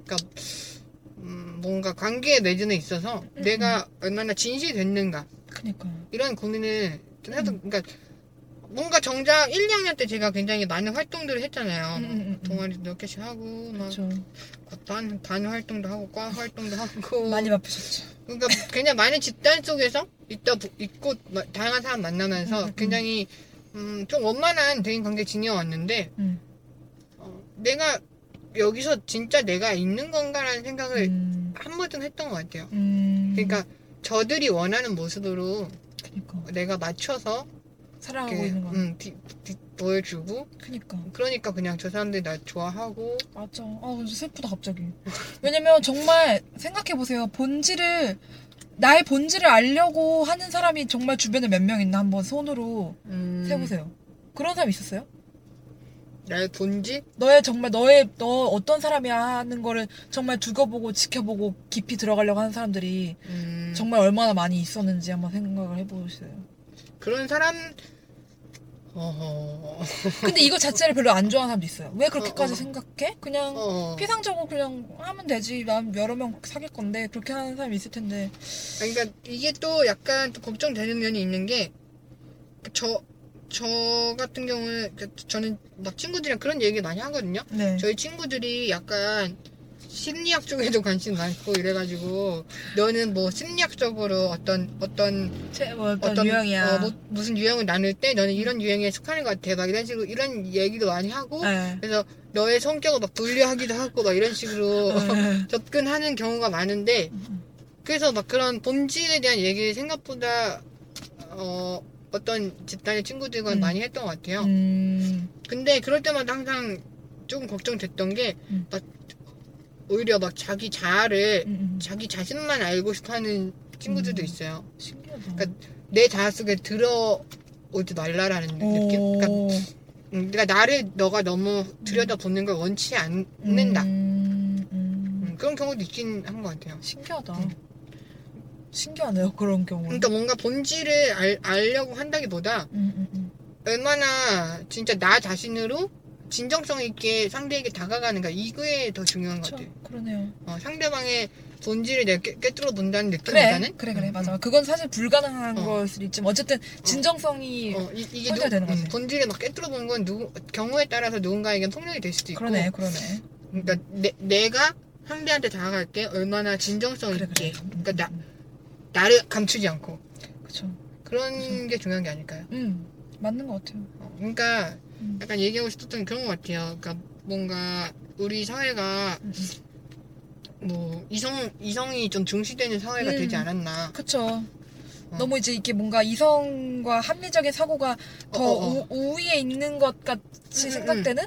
C: 음, 뭔가 관계 내전에 있어서
B: 음.
C: 내가 얼마나 진실이 됐는가
B: 그니까.
C: 이런 고민을 좀 해도 그러니까 뭔가 정작 1, 2학년 때 제가 굉장히 많은 활동들을 했잖아요.
B: 음, 음, 음.
C: 동아리도 몇 개씩 하고
B: 그렇죠.
C: 막단 단 활동도 하고 과 활동도 하고
B: 많이 바쁘셨죠.
C: 그러니까 그냥 많은 집단 속에서 있다 보- 있고 마- 다양한 사람
B: 음,
C: 만나면서
B: 음,
C: 굉장히 음, 좀 원만한 대인 관계 지녀왔는데
B: 음.
C: 어, 내가 여기서 진짜 내가 있는 건가라는 생각을
B: 음.
C: 한 번쯤 했던 것 같아요.
B: 음.
C: 네. 그러니까 저들이 원하는 모습으로
B: 그니까.
C: 내가 맞춰서
B: 사랑하고
C: 이렇게,
B: 있는 거.
C: 음, 디- 디- 보여주고
B: 그니까.
C: 그러니까 그냥 저 사람들이 나 좋아하고
B: 맞아. 아, 진짜 슬프다, 갑자기. 왜냐면 정말 생각해보세요. 본질을, 나의 본질을 알려고 하는 사람이 정말 주변에 몇 명 있나 한번 손으로
C: 음,
B: 세보세요. 그런 사람 있었어요?
C: 나의 본질
B: 너의 정말 너의 너 어떤 사람이야 하는 거를 정말 두고보고 지켜보고 깊이 들어가려고 하는 사람들이
C: 음,
B: 정말 얼마나 많이 있었는지 한번 생각을 해보세요.
C: 그런 사람 어허
B: 근데 이거 자체를 별로 안 좋아하는 사람도 있어요. 왜 그렇게까지
C: 어, 어.
B: 생각해? 그냥
C: 어.
B: 피상적으로 그냥 하면 되지. 난 여러 명 사귈 건데 그렇게 하는 사람이 있을 텐데.
C: 아니, 그러니까 이게 또 약간 또 걱정되는 면이 있는 게 저, 저 같은 경우는 그러니까 저는 막 친구들이랑 그런 얘기 많이 하거든요.
B: 네.
C: 저희 친구들이 약간 심리학 쪽에도 관심 많고 이래가지고 너는 뭐 심리학적으로 어떤 어떤
B: 제, 뭐 어떤, 유형이야.
C: 어, 뭐, 무슨 유형을 나눌 때 너는 이런 유형에 속하는 것 같아 막 이런 식으로 이런 얘기도 많이 하고
B: 네.
C: 그래서 너의 성격을 막 분류하기도 하고 막 이런 식으로
B: 네.
C: 접근하는 경우가 많은데 그래서 막 그런 본질에 대한 얘기를 생각보다 어, 어떤 집단의 친구들과
B: 음.
C: 많이 했던 것 같아요.
B: 음,
C: 근데 그럴 때마다 항상 조금 걱정됐던 게
B: 음.
C: 막 오히려 막 자기 자아를
B: 음, 음.
C: 자기 자신만 알고 싶어하는 친구들도
B: 음.
C: 있어요.
B: 신기하다.
C: 그러니까 내 자아 속에 들어오지 말라라는 느낌. 그러니까,
B: 오.
C: 음, 그러니까 나를 너가 너무 들여다보는 걸 원치 않는다.
B: 음, 음.
C: 음, 그런 경우도 있긴 한 것 같아요.
B: 신기하다.
C: 음.
B: 신기하네요 그런 경우.
C: 그러니까 뭔가 본질을 알, 알려고 한다기보다
B: 음, 음, 음.
C: 얼마나 진짜 나 자신으로 진정성 있게 상대에게 다가가는가 이게 더 중요한 것
B: 그쵸,
C: 같아요.
B: 그러네요.
C: 어, 상대방의 본질을 내가 깨, 깨뚫어 본다는
B: 그래,
C: 느낌보다는
B: 그래, 그래,
C: 음,
B: 맞아. 그건 사실 불가능한
C: 어.
B: 걸 수도 있지만 어쨌든 진정성이
C: 어, 이, 이게
B: 혼자 되는 거지.
C: 본질을 막 깨뚫어 보는 건 누구, 경우에 따라서 누군가에겐 폭력이 될 수도 있고
B: 그러네, 그러네.
C: 그러니까 내, 내가 상대한테 다가갈 게 얼마나 진정성
B: 그래,
C: 있게
B: 그래.
C: 그러니까 나, 나를 감추지 않고
B: 그쵸.
C: 그런 게 중요한 게 아닐까요?
B: 음, 맞는 것 같아요.
C: 어, 그러니까
B: 음.
C: 약간 얘기하고 싶었던 그런 것 같아요. 그러니까 뭔가 우리 사회가
B: 음.
C: 뭐 이성 이성이 좀 중시되는 사회가
B: 음.
C: 되지 않았나.
B: 그쵸.
C: 어.
B: 너무 이제 이게 뭔가 이성과 합리적인 사고가 더
C: 어, 어, 어.
B: 우, 위에 있는 것 같이
C: 음, 음,
B: 생각되는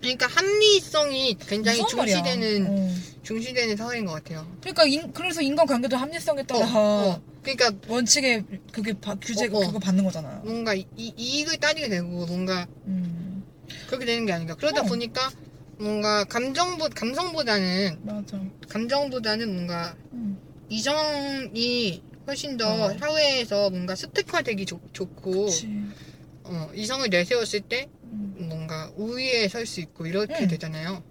C: 그러니까 합리성이 굉장히
B: 무서운 말이야.
C: 중시되는
B: 어.
C: 중시되는 사회인 것 같아요.
B: 그러니까 인, 그래서 인간관계도 합리성에
C: 어,
B: 따라
C: 어. 그러니까
B: 원칙에 그게 바- 규제
C: 어, 어.
B: 그거 받는 거잖아요.
C: 뭔가 이, 이- 이익을 따지게 되고 뭔가
B: 음,
C: 그렇게 되는 게 아닌가. 그러다
B: 어.
C: 보니까 뭔가 감정보 감성보다는
B: 맞아.
C: 감정보다는 뭔가
B: 음,
C: 이성이 훨씬 더
B: 어.
C: 사회에서 뭔가 스택화되기 좋- 좋고
B: 그치.
C: 어, 이성을 내세웠을 때
B: 음,
C: 뭔가 우위에 설 수 있고 이렇게
B: 음.
C: 되잖아요.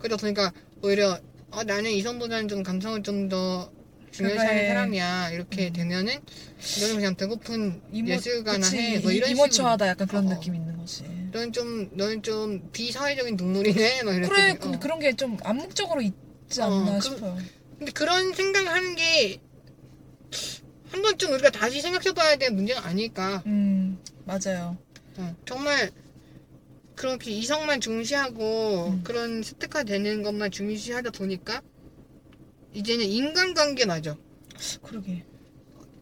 C: 그러다 보니까 오히려 어, 나는 이성보다는 좀 감성을 좀 더 중요시하는
B: 그래.
C: 사람이야 이렇게
B: 음.
C: 되면은 이거는 그냥 배고픈
B: 이모-
C: 예술가나
B: 그치.
C: 해 뭐 이런 식으로
B: 이모처하다 약간 그런
C: 어, 어.
B: 느낌 이 있는 거지.
C: 너는 좀 너는 좀 비사회적인 동물이네 막 이렇게
B: 그래,
C: 되-
B: 근데
C: 어.
B: 그런 게 좀 암묵적으로 있지
C: 어,
B: 않나
C: 그-
B: 싶어요.
C: 근데 그런 생각을 하는 게 한 번쯤 우리가 다시 생각해봐야 될 문제가 아닐까.
B: 음, 맞아요.
C: 어, 정말 그렇게 이성만 중시하고
B: 음.
C: 그런 스택화 되는 것만 중시하다 보니까 이제는 인간관계마저
B: 그러게.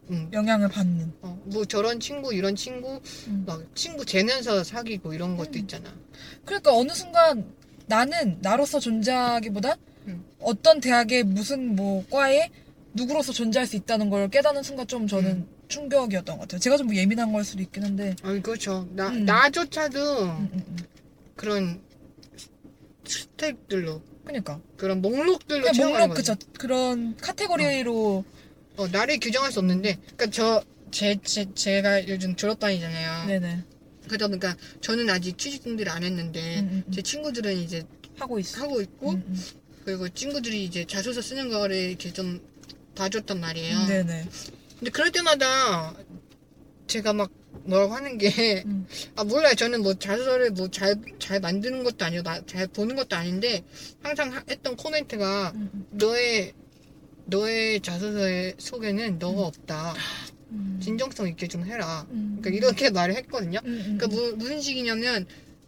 C: 음,
B: 영향을 받는.
C: 어, 뭐 저런 친구 이런 친구
B: 음.
C: 막 친구 재면서 사귀고 이런 것도
B: 음.
C: 있잖아
B: 그러니까 어느 순간 나는 나로서 존재하기보다
C: 음.
B: 어떤 대학의 무슨 뭐 과에 누구로서 존재할 수 있다는 걸 깨닫는 순간 좀 저는
C: 음.
B: 충격이었던 것 같아요. 제가 좀 예민한 걸 수도 있긴 한데.
C: 아니 그렇죠 나,
B: 음.
C: 나조차도
B: 음, 음, 음.
C: 그런 스- 스택들로
B: 그러니까.
C: 그런 목록들로
B: 그냥 그러니까
C: 채워가는
B: 목록
C: 거지
B: 그쵸 그런 카테고리로
C: 어, 나를 규정할 수 없는데 그러니까 저 제, 제, 제가 요즘 졸업 다니잖아요
B: 네네
C: 그러다 보니까 저는 아직 취직 준비를 안 했는데
B: 음, 음, 음.
C: 네. 제 친구들은 이제
B: 하고 있어.
C: 하고 있고
B: 음, 음.
C: 그리고 친구들이 이제 자소서 쓰는 거를 이렇게 좀 봐줬단 말이에요.
B: 네네.
C: 근데 그럴 때마다 제가 막 뭐라고 하는 게,
B: 음.
C: 아, 몰라요. 저는 뭐 자소서를 뭐 잘, 잘 만드는 것도 아니고, 나- 잘 보는 것도 아닌데, 항상 하- 했던 코멘트가,
B: 음,
C: 너의, 너의 자소서의 속에는 너가 없다.
B: 음.
C: 진정성 있게 좀 해라.
B: 음.
C: 그러니까 이렇게 말을 했거든요.
B: 음, 음,
C: 그러니까 무, 무슨 식이냐면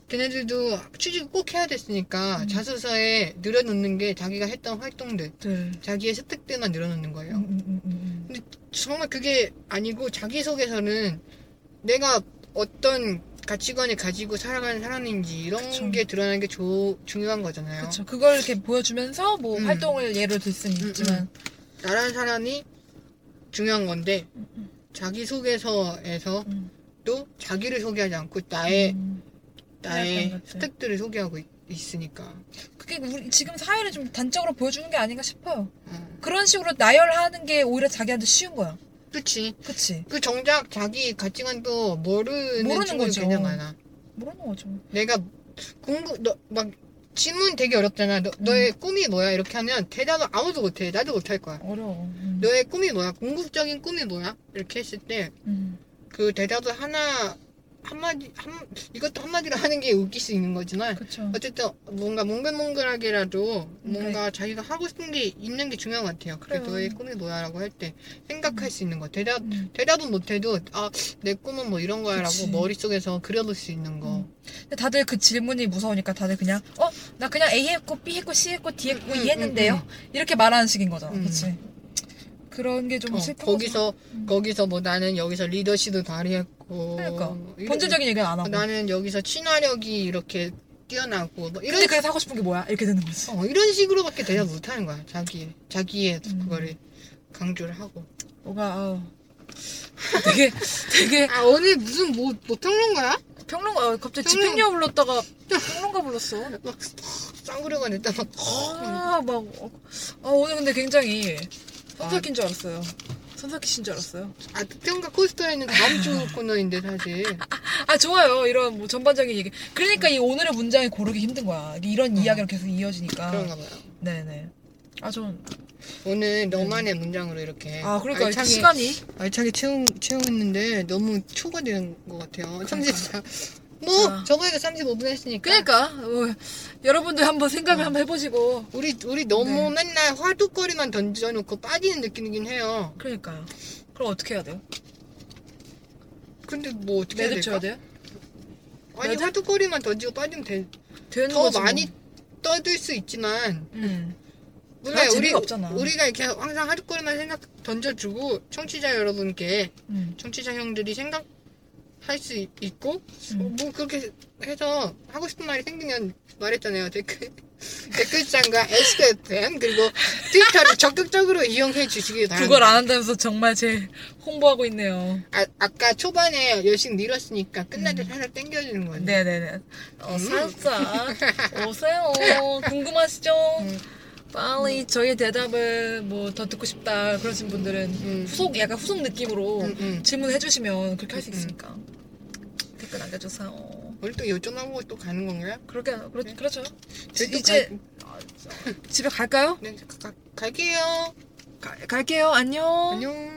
C: 걔네들도 취직을 꼭 해야 됐으니까
B: 음.
C: 자소서에 늘어놓는 게 자기가 했던 활동들
B: 네.
C: 자기의 스택들만 늘어놓는 거예요
B: 음, 음, 음, 음.
C: 정말 그게 아니고 자기소개서는 내가 어떤 가치관을 가지고 살아가는 사람인지 이런
B: 그쵸.
C: 게 드러나는 게 조, 중요한 거잖아요
B: 그쵸. 그걸 이렇게 보여주면서 뭐
C: 음.
B: 활동을 예로 들 수는
C: 음,
B: 있지만.
C: 나라는 사람이 중요한 건데 자기소개서에서
B: 음.
C: 또 자기를 소개하지 않고 나의
B: 음. 그럴 것
C: 나의
B: 같아.
C: 스택들을 소개하고 있, 있으니까
B: 그게 우리 지금 사회를 좀 단적으로 보여주는 게 아닌가 싶어요.
C: 어.
B: 그런 식으로 나열하는 게 오히려 자기한테 쉬운 거야.
C: 그치.
B: 그치?
C: 그 정작 자기 가치관도 모르는,
B: 모르는
C: 친구들
B: 거죠.
C: 그냥 많아.
B: 모르는 거죠.
C: 내가 공부, 너, 막, 질문 되게 어렵잖아. 너, 너의
B: 음.
C: 꿈이 뭐야? 이렇게 하면 대답을 아무도 못해. 나도 못할 거야.
B: 어려워. 음.
C: 너의 꿈이 뭐야? 궁극적인 꿈이 뭐야? 이렇게 했을 때,
B: 음.
C: 그 대답을 하나, 한마디, 한, 이것도 한마디로 하는 게 웃길 수 있는 거지만,
B: 그쵸.
C: 어쨌든 뭔가 몽글몽글하게라도 뭔가 자기가 하고 싶은 게 있는 게 중요한 것 같아요. 그래서
B: 네. 그래요.
C: 너의 꿈이 뭐야라고 할 때 생각할 수 있는 거. 대답
B: 음.
C: 대답은 못해도 아 내 꿈은 뭐 이런 거야라고
B: 그치.
C: 머릿속에서 그려볼 수 있는 거.
B: 음. 근데 다들 그 질문이 무서우니까 다들 그냥, 어? 나 그냥 A 했고, B 했고, C 했고, D 했고,
C: 음,
B: E 했는데요?
C: 음,
B: 이렇게 말하는 식인 거잖아.
C: 음.
B: 그치? 그런 게 좀
C: 어,
B: 뭐 슬픈 거죠.
C: 거기서
B: 음.
C: 거기서 뭐 나는 여기서 리더십도 발휘했고
B: 그러니까.
C: 이런-
B: 본질적인 얘기는 안 하고.
C: 나는 여기서 친화력이 이렇게 뛰어나고 뭐 이런
B: 근데 그래서 하고 싶은 게 뭐야? 이렇게 되는 거지.
C: 어, 이런 식으로밖에 대답 못하는 거야 자기 자기의
B: 음.
C: 그거를 강조를 하고
B: 뭐가, 아우. 되게, 되게,
C: 아 오늘 무슨 뭐, 뭐 평론가야?
B: 평론가, 어, 갑자기
C: 평론-
B: 집행녀 불렀다가 평론가 불렀어.
C: 막 쌍구려가 됐다 막
B: 아, 막, 어, 아, 오늘 근데 굉장히 선석인 줄 알았어요. 선석이신 줄 알았어요.
C: 아, 특정가 코스터에는 다음 주 코너인데 사실
B: 아, 좋아요. 이런 뭐 전반적인 얘기. 그러니까 이 오늘의 문장이 고르기 힘든 거야. 이게 이런 이야기로 계속 이어지니까.
C: 음. 그런가 봐요.
B: 네네. 아, 전,
C: 오늘 너만의 문장으로 이렇게
B: 아, 그러니까 이렇게
C: 네. 알차게,
B: 시간이.
C: 알차게 채우, 채우는데 너무 초과된 것 같아요. 참 진짜 뭐
B: 자.
C: 저거에게 35분 했으니까.
B: 그러니까 어, 여러분들 한번
C: 음.
B: 생각을 한번 해보시고
C: 우리 우리 너무
B: 네.
C: 맨날 활동거리만 던져놓고 빠지는 느낌이긴 해요.
B: 그러니까요. 그럼 어떻게 해야 돼요?
C: 근데 뭐 어떻게 해야
B: 매듭 쳐야
C: 될까?
B: 돼요?
C: 아니
B: 매듭?
C: 활동거리만 던지고 빠지면 돼.
B: 되는
C: 더
B: 거지 뭐.
C: 많이 떠들 수 있지만
B: 음.
C: 몰라
B: 재미가
C: 우리
B: 없잖아.
C: 우리가 이렇게 항상 활동거리만 생각 던져주고 청취자 여러분께
B: 음.
C: 청취자 형들이 생각할 수 있- 있고
B: 음.
C: 뭐 그렇게 해서 하고 싶은 말이 생기면 말했잖아요 댓글 댓글창과 s FM 그리고 트위터를 적극적으로 이용해 주시길 바랍니다.
B: 그걸 안 한다면서 정말 제 홍보하고 있네요.
C: 아, 아까 초반에 열심히 밀었으니까 끝날 때
B: 음.
C: 살살 땡겨주는 건데.
B: 네네네.
C: 음.
B: 어, 살짝 오세요. 궁금하시죠?
C: 음.
B: 빨리 저희의 대답을 뭐 더 듣고 싶다 그러신 분들은
C: 음.
B: 후속 약간 후속 느낌으로
C: 음, 음.
B: 질문해 주시면 그렇게 할 수
C: 음,
B: 있으니까 댓글 남겨주세요.
C: 오늘 또 요점하고 또 가는 건가요?
B: 그렇게 그렇,
C: 네.
B: 그렇죠.
C: 저희 또
B: 이제
C: 갈-
B: 집에 갈까요?
C: 네, 가, 가, 갈게요.
B: 가- 갈게요. 안녕.
C: 안녕.